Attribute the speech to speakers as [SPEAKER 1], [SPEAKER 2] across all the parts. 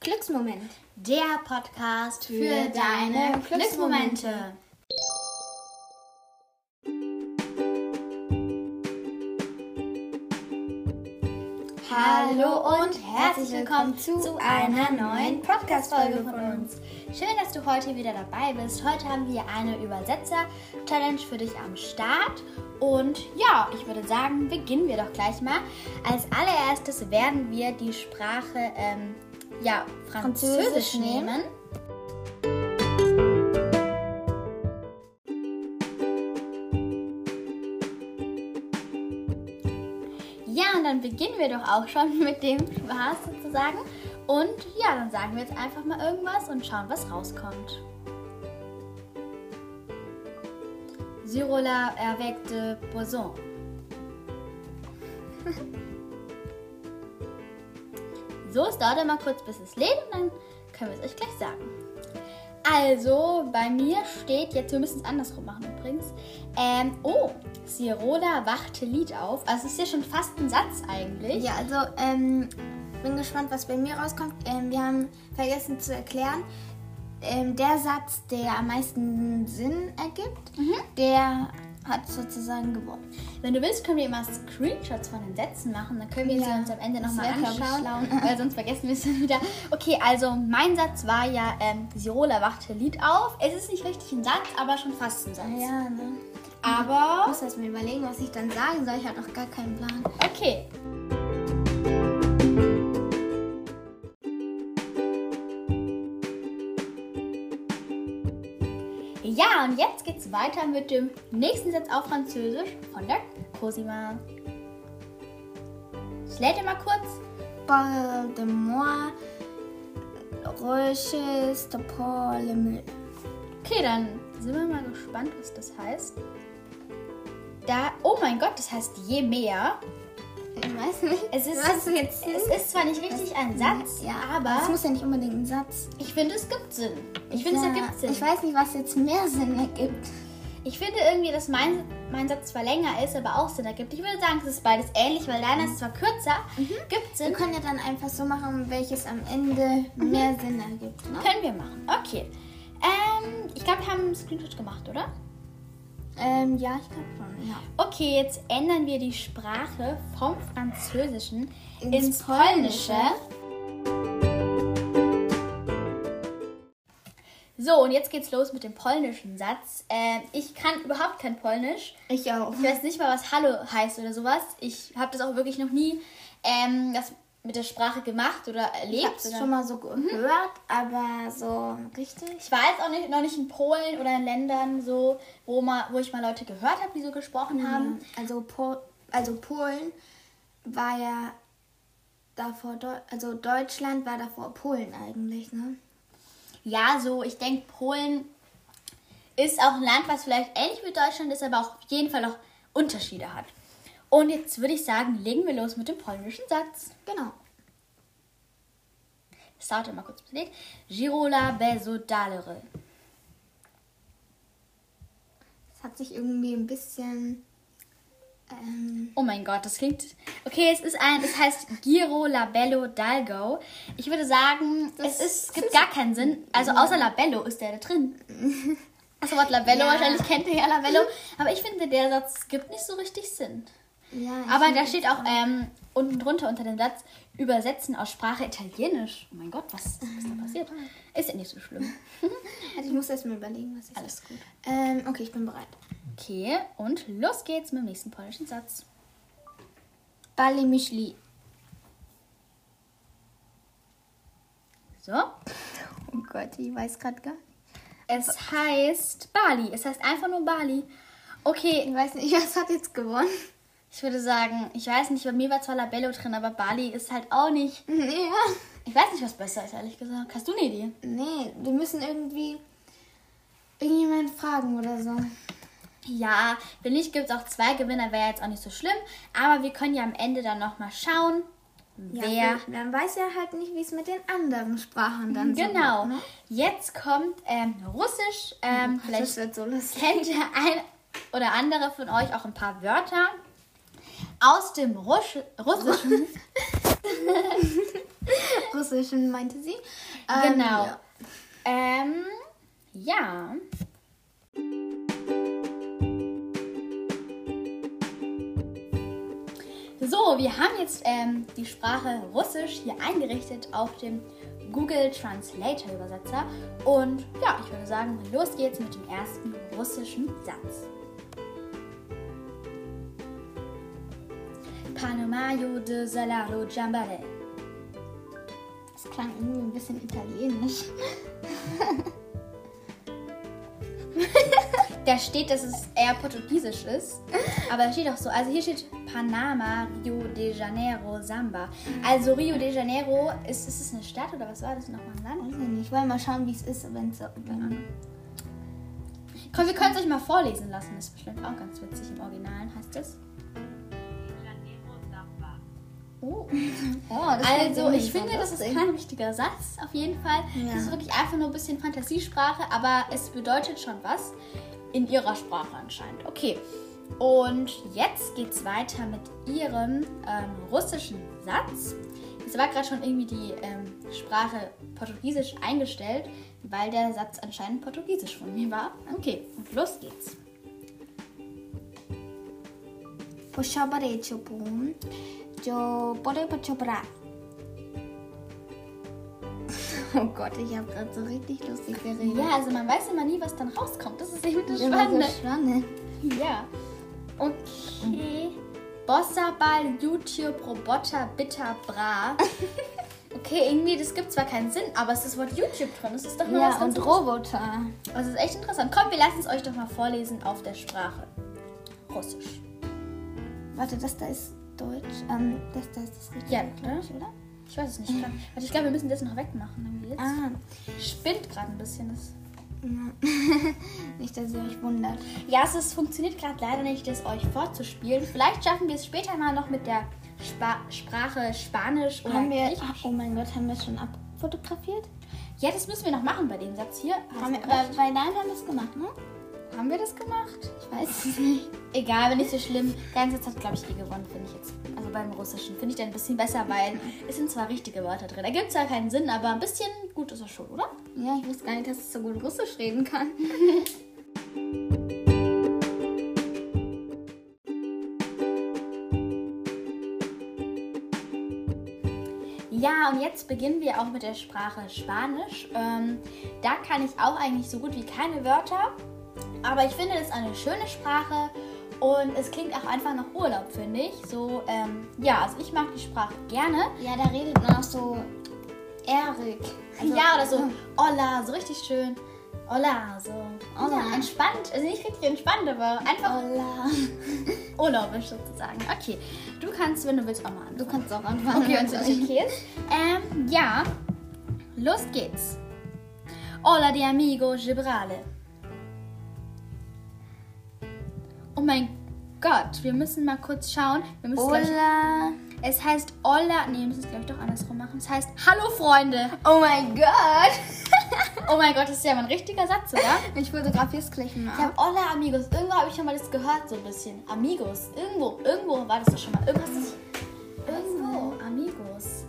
[SPEAKER 1] Glücksmoment.
[SPEAKER 2] Der Podcast
[SPEAKER 1] für deine Glücksmomente.
[SPEAKER 2] Hallo und herzlich willkommen zu, einer neuen Podcast-Folge von uns. Schön, dass du heute wieder dabei bist. Heute haben wir eine Übersetzer-Challenge für dich am Start. Und ja, ich würde sagen, beginnen wir doch gleich mal. Als allererstes werden wir die Sprache ähm, ja, Französisch,
[SPEAKER 1] Französisch nehmen.
[SPEAKER 2] nehmen. Ja, und dann beginnen wir doch auch schon mit dem Spaß sozusagen. Und ja, dann sagen wir jetzt einfach mal irgendwas und schauen, was rauskommt. Syrola avec de Boisson. so, es dauert immer kurz, bis es lädt und dann können wir es euch gleich sagen. Also, bei mir steht jetzt, wir müssen es andersrum machen übrigens. Ähm, oh, Sirola wachte Lied auf. Also, es ist ja schon fast ein Satz eigentlich.
[SPEAKER 1] Ja, also ähm, bin gespannt, was bei mir rauskommt. Ähm, wir haben vergessen zu erklären, ähm, der Satz, der am meisten Sinn ergibt, der hat sozusagen gewonnen.
[SPEAKER 2] Wenn du willst, können wir immer Screenshots von den Sätzen machen. Dann können wir sie
[SPEAKER 1] Ja.
[SPEAKER 2] uns am Ende
[SPEAKER 1] Das
[SPEAKER 2] nochmal
[SPEAKER 1] wär, glaub ich,
[SPEAKER 2] anschauen. Weil sonst vergessen wir es dann wieder. Okay, also mein Satz war ja, ähm, Sirola wachte Lied auf. Es ist nicht richtig ein Satz, aber schon fast ein Satz.
[SPEAKER 1] Ja, ne? Ich
[SPEAKER 2] Aber,
[SPEAKER 1] muss erst mal überlegen, was ich dann sagen soll. Ich habe noch gar keinen Plan.
[SPEAKER 2] okay. Ja, und jetzt geht's weiter mit dem nächsten Satz auf Französisch von der Cosima. Ich lädt mal kurz.
[SPEAKER 1] Parle de moi, recherche pour le mieux.
[SPEAKER 2] Okay, dann sind wir mal gespannt, was das heißt. Da, oh mein Gott, das heißt je mehr.
[SPEAKER 1] Ich weiß nicht.
[SPEAKER 2] Es ist,
[SPEAKER 1] Was jetzt?
[SPEAKER 2] es ist zwar nicht richtig ein Satz,
[SPEAKER 1] ja, Es
[SPEAKER 2] aber
[SPEAKER 1] muss ja nicht unbedingt ein Satz.
[SPEAKER 2] ich finde, es gibt Sinn. Ich finde, es
[SPEAKER 1] Ja,
[SPEAKER 2] ergibt Sinn.
[SPEAKER 1] Ich weiß nicht, was jetzt mehr Sinn ergibt.
[SPEAKER 2] Ich finde irgendwie, dass mein, mein Satz zwar länger ist, aber auch Sinn ergibt. Ich würde sagen, es ist beides ähnlich, weil deiner ist zwar kürzer, gibt
[SPEAKER 1] Wir
[SPEAKER 2] Sinn.
[SPEAKER 1] können ja dann einfach so machen, welches am Ende mehr Sinn ergibt. Ne?
[SPEAKER 2] Können wir machen. Okay. Ähm, ich glaube, wir haben einen Screenshot gemacht, oder?
[SPEAKER 1] Ähm, ja, ich glaube schon. Ja.
[SPEAKER 2] Okay, jetzt ändern wir die Sprache vom Französischen ins,
[SPEAKER 1] Ins
[SPEAKER 2] Polnische. So, und jetzt geht's los mit dem polnischen Satz. Ähm, ich kann überhaupt kein Polnisch.
[SPEAKER 1] Ich auch.
[SPEAKER 2] Ich weiß nicht mal, was Hallo heißt oder sowas. Ich habe das auch wirklich noch nie ähm, das mit der Sprache gemacht oder
[SPEAKER 1] Ich
[SPEAKER 2] erlebt.
[SPEAKER 1] habe es
[SPEAKER 2] oder
[SPEAKER 1] schon mal so gehört, aber so richtig.
[SPEAKER 2] ich war jetzt auch nicht, noch nicht in Polen oder in Ländern so, wo, mal, wo ich mal Leute gehört habe, die so gesprochen haben.
[SPEAKER 1] Also, Pol also Polen war ja davor, Deu also Deutschland war davor Polen eigentlich, ne?
[SPEAKER 2] Ja, so, ich denke, Polen ist auch ein Land, was vielleicht ähnlich wie Deutschland ist, aber auch auf jeden Fall noch Unterschiede hat. Und jetzt würde ich sagen, legen wir los mit dem polnischen Satz.
[SPEAKER 1] Genau.
[SPEAKER 2] Es dauert immer kurz belegt. Girola bezodalere.
[SPEAKER 1] Es hat sich irgendwie ein bisschen. Ähm,
[SPEAKER 2] Oh mein Gott, das klingt. Okay, es ist ein. Es heißt Giro Labello Dalgo. Ich würde sagen, es,
[SPEAKER 1] Das
[SPEAKER 2] ist, es gibt gar keinen Sinn. Also außer Labello ist der da drin. Das Wort Labello,
[SPEAKER 1] Ja.
[SPEAKER 2] wahrscheinlich kennt ihr ja Labello. Aber ich finde, der Satz gibt nicht so richtig Sinn.
[SPEAKER 1] ja, ich
[SPEAKER 2] Aber
[SPEAKER 1] find
[SPEAKER 2] da
[SPEAKER 1] jetzt-
[SPEAKER 2] steht auch ähm, unten drunter unter dem Satz Übersetzen aus Sprache Italienisch. Oh mein Gott, was ist da passiert? Ist ja nicht so schlimm.
[SPEAKER 1] Also ich muss erst mal überlegen, was ich sage.
[SPEAKER 2] Alles gut.
[SPEAKER 1] Ähm, okay, ich bin bereit.
[SPEAKER 2] Okay, und los geht's mit dem nächsten polnischen Satz.
[SPEAKER 1] Bali Mischli.
[SPEAKER 2] So.
[SPEAKER 1] Oh Gott, ich weiß gerade gar nicht.
[SPEAKER 2] Es heißt Bali. Es heißt einfach nur Bali. Okay,
[SPEAKER 1] Ich weiß nicht, was hat jetzt gewonnen?
[SPEAKER 2] ich würde sagen, ich weiß nicht, bei mir war zwar Labello drin, aber Bali ist halt auch nicht.
[SPEAKER 1] Nee, ja.
[SPEAKER 2] Ich weiß nicht, was besser ist, ehrlich gesagt. Hast du eine Idee?
[SPEAKER 1] Nee, wir müssen irgendwie irgendjemanden fragen oder so.
[SPEAKER 2] Ja, wenn nicht, gibt es auch zwei Gewinner, wäre jetzt auch nicht so schlimm. Aber wir können ja am Ende dann nochmal schauen, wer.
[SPEAKER 1] Man weiß ja halt nicht, wie es mit den anderen Sprachen dann so
[SPEAKER 2] Genau.
[SPEAKER 1] wird, ne? Mhm,
[SPEAKER 2] Jetzt kommt ähm, Russisch. Ähm,
[SPEAKER 1] Das
[SPEAKER 2] vielleicht
[SPEAKER 1] wird so lustig.
[SPEAKER 2] kennt der ein oder andere von euch auch ein paar Wörter aus dem Rusch Russischen.
[SPEAKER 1] Russischen meinte sie. Ähm,
[SPEAKER 2] Genau.
[SPEAKER 1] ja.
[SPEAKER 2] Ähm, ja. So, wir haben jetzt ähm, die Sprache Russisch hier eingerichtet auf dem Google Translator Übersetzer. Und ja, ich würde sagen, los geht's mit dem ersten russischen Satz. Panomaju de Salaro Jambare.
[SPEAKER 1] Das klang irgendwie ein bisschen italienisch.
[SPEAKER 2] Da steht, dass es eher portugiesisch ist. Aber da steht auch so. Also hier steht Panama, Rio de Janeiro, Samba. Also Rio de Janeiro, ist, ist es eine Stadt oder was war das nochmal ein Land?
[SPEAKER 1] Weiß ich nicht. Wollen wir mal schauen, wie es ist, wenn es so.
[SPEAKER 2] Komm, wir können es euch mal vorlesen lassen. Das ist bestimmt auch ganz witzig. Im Originalen heißt es. Oh.
[SPEAKER 1] Oh, das
[SPEAKER 2] Also, ich finde, das ist kein richtiger Satz, auf jeden Fall.
[SPEAKER 1] Ja.
[SPEAKER 2] Das ist wirklich einfach nur ein bisschen Fantasiesprache, aber es bedeutet schon was in ihrer Sprache anscheinend. Okay, und jetzt geht's weiter mit ihrem ähm, russischen Satz. Jetzt war gerade schon irgendwie die ähm, Sprache Portugiesisch eingestellt, weil der Satz anscheinend Portugiesisch von mir war. Okay, und los geht's.
[SPEAKER 1] Pochobare chopum. Jo bore pochobra. Oh Gott, ich habe gerade so richtig lustig geredet.
[SPEAKER 2] Ja, also man weiß immer nie, was dann rauskommt. Das ist eben das Spannende.
[SPEAKER 1] Immer so Schwanne.
[SPEAKER 2] Ja. Okay. Bossa Ball, YouTube, Roboter, Bitter, Bra. Okay, irgendwie, das gibt zwar keinen Sinn, aber es ist das Wort YouTube drin. Das ist doch nur was
[SPEAKER 1] Ja,
[SPEAKER 2] ganz
[SPEAKER 1] und Roboter.
[SPEAKER 2] Interessantes. Das ist echt interessant. Komm, wir lassen es euch doch mal vorlesen auf der Sprache. Russisch.
[SPEAKER 1] Warte, das da ist Deutsch. Ähm, das da ist das richtige,
[SPEAKER 2] Ja,
[SPEAKER 1] glaub ich, oder?
[SPEAKER 2] Ich weiß es nicht. Ich glaub- Warte, ich glaube, wir müssen das noch wegmachen. Irgendwie jetzt.
[SPEAKER 1] Mhm. Ah,
[SPEAKER 2] Spinnt gerade ein bisschen. Das
[SPEAKER 1] nicht, dass ihr euch wundert.
[SPEAKER 2] Ja, es ist, funktioniert gerade leider nicht, das euch vorzuspielen. Vielleicht schaffen wir es später mal noch mit der Spa Sprache Spanisch oder
[SPEAKER 1] Haben wir,
[SPEAKER 2] Griechisch.
[SPEAKER 1] oh mein Gott, haben wir es schon abfotografiert?
[SPEAKER 2] Ja, das müssen wir noch machen bei dem Satz hier.
[SPEAKER 1] Haben wir,
[SPEAKER 2] Hast du
[SPEAKER 1] bei,
[SPEAKER 2] recht.
[SPEAKER 1] bei deinem haben wir es gemacht, ne?
[SPEAKER 2] haben wir das gemacht?
[SPEAKER 1] Ich weiß es nicht.
[SPEAKER 2] Egal, wenn nicht so schlimm. Der ganze Satz hat, glaube ich, eh gewonnen, finde ich jetzt. Also beim Russischen finde ich den ein bisschen besser, weil es sind zwar richtige Wörter drin. Da gibt zwar keinen Sinn, aber ein bisschen gut ist er schon, oder?
[SPEAKER 1] Ja, ich wusste gar nicht, dass ich so gut Russisch reden kann.
[SPEAKER 2] Ja, und jetzt beginnen wir auch mit der Sprache Spanisch. Ähm, da kann ich auch eigentlich so gut wie keine Wörter, aber ich finde, das ist eine schöne Sprache und es klingt auch einfach nach Urlaub, finde ich. So, ähm, ja, also ich mag die Sprache gerne.
[SPEAKER 1] Ja, da redet man auch so Erik. Also,
[SPEAKER 2] ja, oder so, hola, so richtig schön. Hola, so. Hola. Ja, entspannt. Also nicht richtig entspannt, aber einfach
[SPEAKER 1] Hola.
[SPEAKER 2] urlaubisch sozusagen. Okay, du kannst, wenn du willst, auch mal
[SPEAKER 1] Du
[SPEAKER 2] anfangen.
[SPEAKER 1] kannst auch anfangen.
[SPEAKER 2] Okay, also und
[SPEAKER 1] natürlich.
[SPEAKER 2] okay ist. Ähm, ja, los geht's. Hola de amigo Gibrale. Oh mein Gott, wir müssen mal kurz schauen. Wir müssen gleich-
[SPEAKER 1] Hola.
[SPEAKER 2] es heißt Hola. Nee, wir müssen es, glaube ich, doch andersrum machen. Es heißt Hallo, Freunde.
[SPEAKER 1] Oh mein Gott.
[SPEAKER 2] Oh mein Gott, das ist ja mal ein richtiger Satz, oder?
[SPEAKER 1] Ich fotografiere es gleich
[SPEAKER 2] Ich
[SPEAKER 1] mal.
[SPEAKER 2] habe Hola Amigos. Irgendwo habe ich schon mal das gehört, so ein bisschen. Amigos. Irgendwo, irgendwo war das doch schon mal. Irgendwas ist. Irgendwo. Amigos.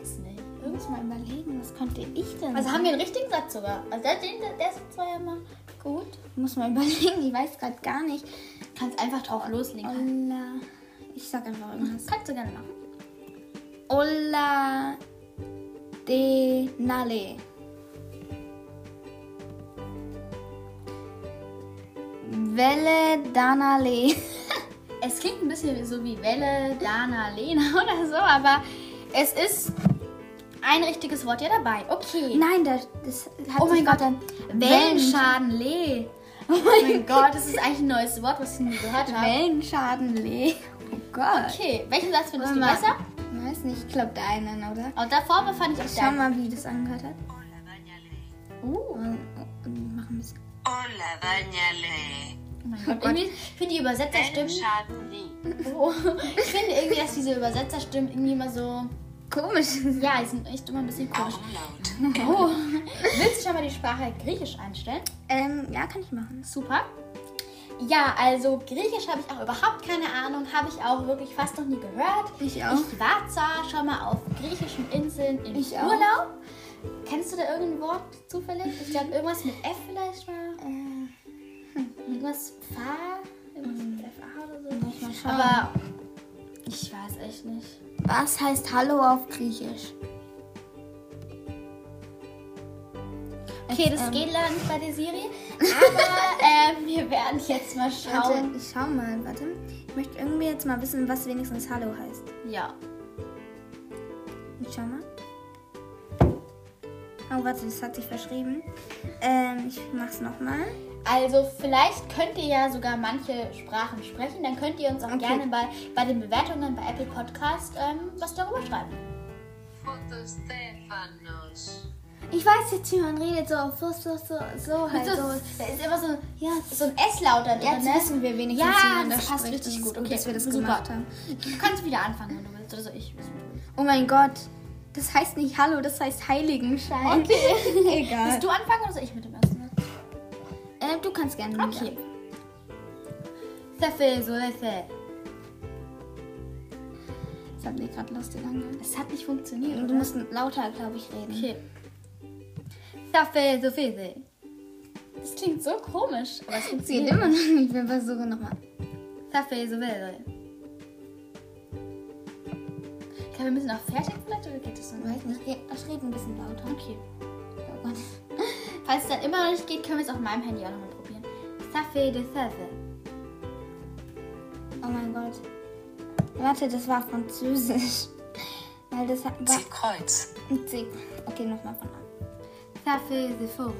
[SPEAKER 2] Weiß nicht.
[SPEAKER 1] Ich muss mal überlegen, was könnte ich denn?
[SPEAKER 2] Also haben wir einen richtigen Satz sogar. Also der, den, der Satz war ja mal gut.
[SPEAKER 1] ich muss mal überlegen, ich weiß gerade gar nicht.
[SPEAKER 2] Du kannst einfach drauf loslegen.
[SPEAKER 1] Hola. Ich sag einfach irgendwas.
[SPEAKER 2] Kannst du gerne machen.
[SPEAKER 1] Hola de Nale. Welle Danale.
[SPEAKER 2] Es klingt ein bisschen so wie Welle, Dana, Lena oder so, aber es ist ein richtiges Wort ja dabei. Okay.
[SPEAKER 1] Nein, das, das hat
[SPEAKER 2] Oh mein
[SPEAKER 1] sich
[SPEAKER 2] Gott,
[SPEAKER 1] gerade-
[SPEAKER 2] Wellenschaden, Lee. Oh mein Gott, das ist eigentlich ein neues Wort, was ich nie gehört habe.
[SPEAKER 1] Wellenschadenlee. Oh Gott.
[SPEAKER 2] Okay, welchen Satz findest du
[SPEAKER 1] Mama.
[SPEAKER 2] besser?
[SPEAKER 1] Ich weiß nicht, ich glaube deinen, oder?
[SPEAKER 2] Und davor befand ich auch
[SPEAKER 1] Schau
[SPEAKER 2] deinen.
[SPEAKER 1] mal, wie das angehört hat. Oh,
[SPEAKER 2] Uh,
[SPEAKER 1] Und, und mach ein bisschen.
[SPEAKER 3] Hola, doña Le.
[SPEAKER 2] oh mein Gott. Irgendwie finde die Übersetzerstimmen.
[SPEAKER 3] Schaden liegt.
[SPEAKER 2] Oh, ich finde irgendwie, dass diese Übersetzerstimmen irgendwie immer so.
[SPEAKER 1] Komisch.
[SPEAKER 2] Ja, die sind echt immer ein bisschen komisch.
[SPEAKER 3] Umlaut.
[SPEAKER 2] Oh. Willst du schon mal die Sprache Griechisch einstellen?
[SPEAKER 1] Ähm, ja, kann ich machen.
[SPEAKER 2] Super. Ja, also Griechisch habe ich auch überhaupt keine Ahnung, habe ich auch wirklich fast noch nie gehört.
[SPEAKER 1] Ich auch.
[SPEAKER 2] Ich war zwar schon mal auf griechischen Inseln im
[SPEAKER 1] Ich auch.
[SPEAKER 2] Urlaub. Kennst du da irgendein Wort zufällig? Ich glaube, irgendwas mit F vielleicht mal. Irgendwas Fa? Irgendwas mit FA oder so?
[SPEAKER 1] Also, Muss mal schauen.
[SPEAKER 2] Aber ich weiß echt nicht.
[SPEAKER 1] Was heißt Hallo auf Griechisch?
[SPEAKER 2] Okay,
[SPEAKER 1] ähm,
[SPEAKER 2] das geht leider nicht bei der Siri. Aber ähm, wir werden jetzt mal
[SPEAKER 1] Warte,
[SPEAKER 2] schauen.
[SPEAKER 1] ich schau mal, warte. Ich möchte irgendwie jetzt mal wissen, was wenigstens Hallo heißt.
[SPEAKER 2] Ja.
[SPEAKER 1] Ich schau mal. Oh, warte, das hat sich verschrieben. Ähm, ich mach's nochmal.
[SPEAKER 2] Also vielleicht könnt ihr ja sogar manche Sprachen sprechen. Dann könnt ihr uns auch
[SPEAKER 1] Okay.
[SPEAKER 2] gerne bei, bei den Bewertungen bei Apple Podcast ähm, was darüber schreiben.
[SPEAKER 3] Φωτοστέφανος.
[SPEAKER 1] Ich weiß jetzt, wie man redet, so, so, so, so, so halt.
[SPEAKER 2] Das,
[SPEAKER 1] So.
[SPEAKER 2] Also, da ist immer so ein,
[SPEAKER 1] Ja,
[SPEAKER 2] so ein S-Laut dann drin,
[SPEAKER 1] jetzt
[SPEAKER 2] ne?
[SPEAKER 1] wissen wir wenigstens,
[SPEAKER 2] Ja,
[SPEAKER 1] wie man
[SPEAKER 2] das
[SPEAKER 1] das
[SPEAKER 2] passt
[SPEAKER 1] spricht.
[SPEAKER 2] richtig
[SPEAKER 1] Das ist
[SPEAKER 2] gut. um Okay,
[SPEAKER 1] dass wir das
[SPEAKER 2] super.
[SPEAKER 1] gemacht haben.
[SPEAKER 2] Du kannst wieder anfangen, wenn du willst. Oder so ich.
[SPEAKER 1] Oh mein Gott, das heißt nicht Hallo, das heißt Heiligenschein.
[SPEAKER 2] Okay.
[SPEAKER 1] Egal.
[SPEAKER 2] Willst du anfangen oder soll ich mit dem ersten? äh,
[SPEAKER 1] Ähm, du kannst gerne.
[SPEAKER 2] Okay. Sefel, so Sefel.
[SPEAKER 1] Das hat mir gerade lustig angehört.
[SPEAKER 2] Es hat nicht funktioniert.
[SPEAKER 1] Du musst lauter, glaube ich, reden.
[SPEAKER 2] Okay. Sefel, so Sefel. Das klingt so komisch. Aber es
[SPEAKER 1] Das geht immer noch nicht. Wir versuchen nochmal.
[SPEAKER 2] Sefel, so Sefel. Ich glaube, wir müssen noch fertig vielleicht oder geht das noch?
[SPEAKER 1] Weiß nicht, red, ich rede ein bisschen lauter.
[SPEAKER 2] Okay.
[SPEAKER 1] Oh Gott.
[SPEAKER 2] Falls es dann immer noch nicht geht, können wir es auf meinem Handy auch nochmal probieren. Sefel, de Sefel.
[SPEAKER 1] Oh mein Gott. Warte, das war Französisch. Weil das hat. War,
[SPEAKER 3] Τικόιτς.
[SPEAKER 1] C. Okay, nochmal von an.
[SPEAKER 2] Sefel, de Foro.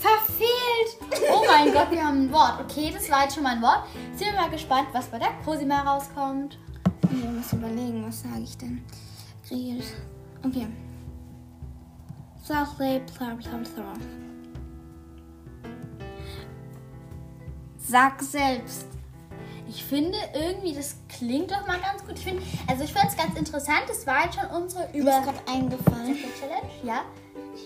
[SPEAKER 2] Verfehlt! Oh mein Gott, wir haben ein Wort. Okay, das war jetzt schon mal ein Wort. Sind wir mal gespannt, was bei der Cosima rauskommt.
[SPEAKER 1] Ich muss überlegen, was sage ich denn? Griechisch. Okay. Sache, bla bla bla. Sag selbst.
[SPEAKER 2] Ich finde irgendwie, das klingt doch mal ganz gut. Ich finde, also ich finde es ganz interessant. Das war jetzt schon unsere
[SPEAKER 1] Mir ist
[SPEAKER 2] Über
[SPEAKER 1] gerade eingefallen.
[SPEAKER 2] Challenge. Ja.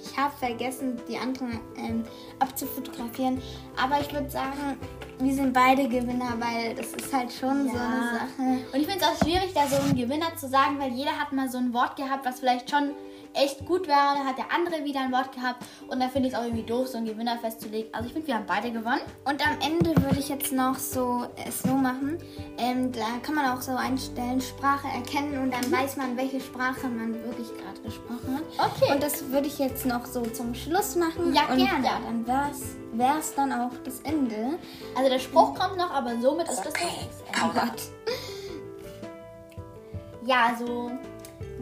[SPEAKER 1] Ich habe vergessen, die anderen ähm, abzufotografieren. Aber ich würde sagen, wir sind beide Gewinner, weil das ist halt schon so eine Sache.
[SPEAKER 2] Und ich finde es auch schwierig, da so einen Gewinner zu sagen, weil jeder hat mal so ein Wort gehabt, was vielleicht schon echt gut wäre. Dann hat der andere wieder ein Wort gehabt. Und da finde ich es auch irgendwie doof, so einen Gewinner festzulegen. Also ich finde, wir haben beide gewonnen.
[SPEAKER 1] Und am Ende würde ich jetzt noch so es so machen. Ähm, da kann man auch so einstellen, Sprache erkennen und
[SPEAKER 2] Mhm.
[SPEAKER 1] dann weiß man, welche Sprache man wirklich gerade gesprochen hat.
[SPEAKER 2] Okay.
[SPEAKER 1] Und das würde ich jetzt noch so zum Schluss machen.
[SPEAKER 2] Ja,
[SPEAKER 1] und
[SPEAKER 2] gerne.
[SPEAKER 1] Ja, dann wär's, wär's dann auch das Ende.
[SPEAKER 2] Also der Spruch kommt noch, aber somit ist das
[SPEAKER 3] Okay.
[SPEAKER 2] das
[SPEAKER 1] Oh Gott.
[SPEAKER 2] Ja, also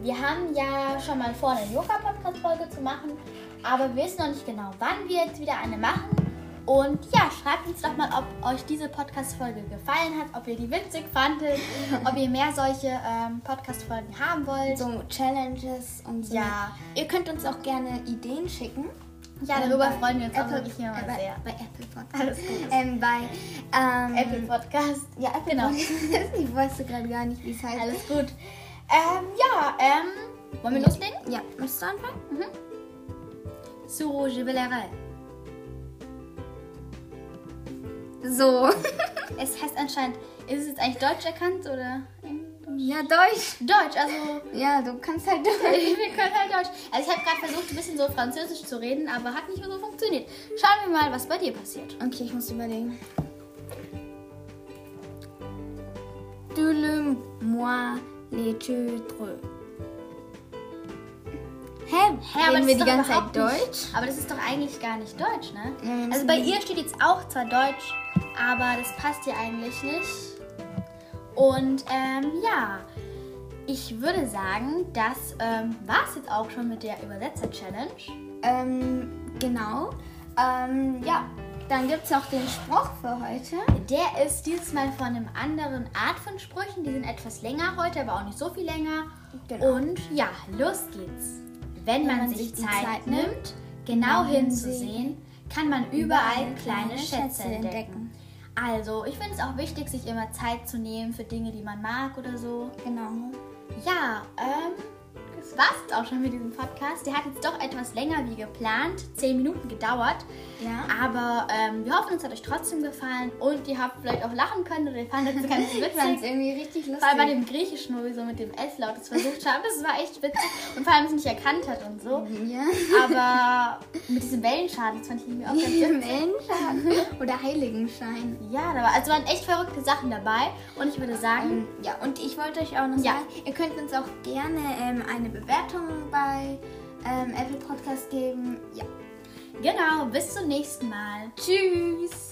[SPEAKER 2] wir haben ja schon mal vor, eine Yoga-Podcast-Folge zu machen, aber wir wissen noch nicht genau, wann wir jetzt wieder eine machen. Und ja, schreibt uns doch mal, ob euch diese Podcast-Folge gefallen hat, ob ihr die witzig fandet, ob ihr mehr solche ähm, Podcast-Folgen haben wollt.
[SPEAKER 1] So Challenges und so.
[SPEAKER 2] Ja.
[SPEAKER 1] Ihr könnt uns auch gerne Ideen schicken.
[SPEAKER 2] Ja,
[SPEAKER 1] Ähm,
[SPEAKER 2] darüber
[SPEAKER 1] bei
[SPEAKER 2] freuen wir uns auch
[SPEAKER 1] Apple-
[SPEAKER 2] wirklich immer
[SPEAKER 1] äh, bei,
[SPEAKER 2] sehr.
[SPEAKER 1] Bei Apple Podcast.
[SPEAKER 2] Alles gut.
[SPEAKER 1] Ähm, bei ähm,
[SPEAKER 2] Apple Podcast.
[SPEAKER 1] Ja, Apple
[SPEAKER 2] Genau.
[SPEAKER 1] Podcast. Ich wusste gerade gar nicht, wie es heißt.
[SPEAKER 2] Alles gut. Ähm, ja, ähm, wollen wir loslegen?
[SPEAKER 1] Ja, möchtest du anfangen?
[SPEAKER 2] Suro Jubiläre.
[SPEAKER 1] So.
[SPEAKER 2] Es heißt anscheinend, ist es jetzt eigentlich deutsch erkannt oder?
[SPEAKER 1] ja, Deutsch.
[SPEAKER 2] Deutsch, also
[SPEAKER 1] Ja, du kannst halt Deutsch.
[SPEAKER 2] Wir können halt Deutsch. Also ich habe gerade versucht, ein bisschen so Französisch zu reden, aber hat nicht mehr so funktioniert. Schauen wir mal, was bei dir passiert.
[SPEAKER 1] Okay, ich muss überlegen. Tu le moi les cheveux. Hä?
[SPEAKER 2] Hä,
[SPEAKER 1] Reden
[SPEAKER 2] das
[SPEAKER 1] wir
[SPEAKER 2] ist
[SPEAKER 1] die
[SPEAKER 2] doch
[SPEAKER 1] ganze Zeit
[SPEAKER 2] überhaupt nicht,
[SPEAKER 1] Deutsch?
[SPEAKER 2] Aber das ist doch eigentlich gar nicht Deutsch, ne?
[SPEAKER 1] Ja, wir
[SPEAKER 2] also
[SPEAKER 1] müssen-
[SPEAKER 2] bei ihr steht jetzt auch zwar Deutsch, aber das passt ihr eigentlich nicht. Und ähm, ja, ich würde sagen, das ähm, war es jetzt auch schon mit der Übersetzer-Challenge.
[SPEAKER 1] Ähm, genau. Ähm, ja, dann gibt es auch den Spruch für heute.
[SPEAKER 2] Der ist dieses Mal von einem anderen Art von Sprüchen. Die sind etwas länger heute, aber auch nicht so viel länger.
[SPEAKER 1] Genau.
[SPEAKER 2] Und ja, los geht's. Wenn man,
[SPEAKER 1] man
[SPEAKER 2] sich
[SPEAKER 1] sich die
[SPEAKER 2] Zeit,
[SPEAKER 1] Zeit
[SPEAKER 2] nimmt,
[SPEAKER 1] genau
[SPEAKER 2] genau hinzusehen, kann man überall kleine Schätze
[SPEAKER 1] Schätze
[SPEAKER 2] entdecken.
[SPEAKER 1] entdecken.
[SPEAKER 2] Also, ich finde es auch wichtig, sich immer Zeit zu nehmen für Dinge, die man mag oder so.
[SPEAKER 1] Genau.
[SPEAKER 2] Ja, ähm, Das war's jetzt auch schon mit diesem Podcast. Der hat jetzt doch etwas länger wie geplant, zehn Minuten gedauert.
[SPEAKER 1] Ja.
[SPEAKER 2] Aber ähm, wir hoffen, es hat euch trotzdem gefallen und ihr habt vielleicht auch lachen können oder ihr fandet es ganz
[SPEAKER 1] Ich fand es
[SPEAKER 2] witzig.
[SPEAKER 1] irgendwie richtig lustig.
[SPEAKER 2] Vor allem bei dem Griechischen, wo wir so mit dem S-Laut das versucht haben, das war echt witzig und vor allem es nicht erkannt hat und so.
[SPEAKER 1] ja.
[SPEAKER 2] Aber mit diesem Wellenschaden, das fand ich irgendwie auch ganz witzig.
[SPEAKER 1] Mensch oder Heiligenschein.
[SPEAKER 2] Ja, da war, also waren echt verrückte Sachen dabei und ich würde sagen,
[SPEAKER 1] Ähm, ja, und ich wollte euch auch noch
[SPEAKER 2] Ja.
[SPEAKER 1] sagen, ihr könnt uns auch gerne ähm, eine Bewertung bei ähm, Apple Podcast geben. Ja.
[SPEAKER 2] genau, bis zum nächsten Mal. Tschüss!